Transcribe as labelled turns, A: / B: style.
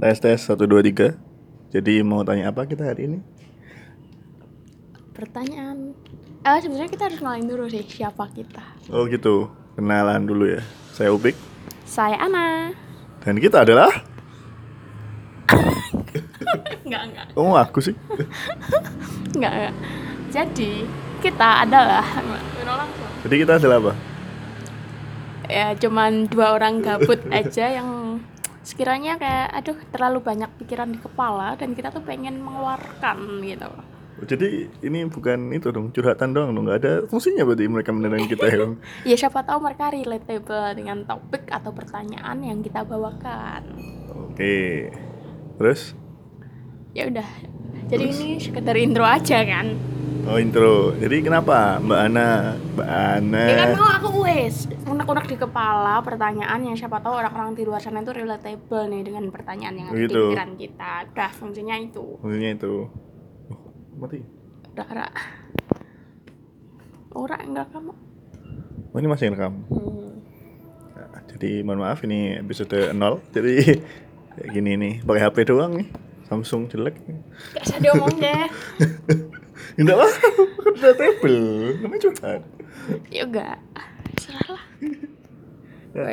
A: Tes tes satu dua tiga. Jadi mau tanya apa kita hari ini?
B: Pertanyaan. Eh sebenarnya kita harus kenalin dulu sih siapa kita.
A: Oh gitu. Kenalan dulu ya. Saya Upik
B: Saya Ana.
A: dan kita adalah
B: Enggak enggak
A: Oh aku sih.
B: enggak enggak. Jadi kita adalah langsung.
A: Jadi kita adalah apa?
B: Ya cuman dua orang gabut aja yang sekiranya kayak aduh terlalu banyak pikiran di kepala dan kita tuh pengen mengeluarkan gitu.
A: Oh, Jadi ini bukan itu dong curhatan doang dong nggak ada fungsinya berarti mereka mendengarkan kita ya dong.
B: Ya siapa tahu mereka relatable dengan topik atau pertanyaan yang kita bawakan.
A: Oke. Terus?
B: Ya udah. Jadi ini sekedar intro aja kan.
A: Oh intro. Jadi kenapa Mbak Ana? Mbak Ana.
B: Ya kan kalau aku wes unek-unek di kepala pertanyaan yang siapa tahu orang-orang di luar sana itu relatable nih dengan pertanyaan yang ada
A: Gitu.
B: di pikiran kita. Udah fungsinya itu.
A: Fungsinya itu. Oh, mati.
B: Udah ora. Ora enggak kamu.
A: Oh ini masih rekam.
B: Hmm.
A: Nah, jadi mohon maaf ini episode 0 jadi kayak gini nih pakai HP doang nih Samsung jelek
B: Gak usah diomong deh.
A: enggak lah kan udah table namanya curhat
B: Ya enggak. Serahlah.
A: Ya,